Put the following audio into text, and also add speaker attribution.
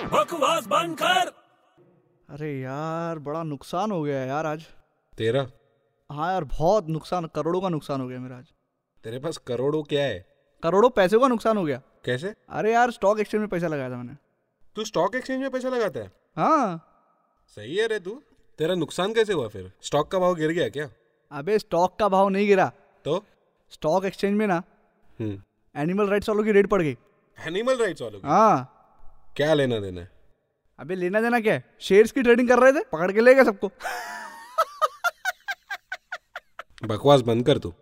Speaker 1: आवाज बंद कर
Speaker 2: अरे यार बड़ा नुकसान हो गया यार आज
Speaker 3: तेरा
Speaker 2: हाँ यार बहुत नुकसान करोड़ों का नुकसान हो गया मेरा आज
Speaker 3: तेरे पास करोड़ों क्या है
Speaker 2: करोड़ों पैसे का नुकसान हो गया
Speaker 3: कैसे
Speaker 2: अरे यार स्टॉक एक्सचेंज में पैसा लगाया था मैंने
Speaker 3: तू स्टॉक एक्सचेंज में पैसा लगाता है
Speaker 2: हाँ
Speaker 3: सही है रे तू तेरा नुकसान कैसे हुआ फिर स्टॉक का भाव गिर गया क्या
Speaker 2: अबे स्टॉक का भाव नहीं गिरा
Speaker 3: तो
Speaker 2: स्टॉक एक्सचेंज में ना एनिमल राइट्स वालों की रेट पड़ गई
Speaker 3: एनिमल राइट्स वालों का
Speaker 2: हाँ
Speaker 3: क्या लेना देना है
Speaker 2: अबे लेना देना क्या है शेयर्स की ट्रेडिंग कर रहे थे पकड़ के ले गए सबको
Speaker 3: बकवास बंद कर तू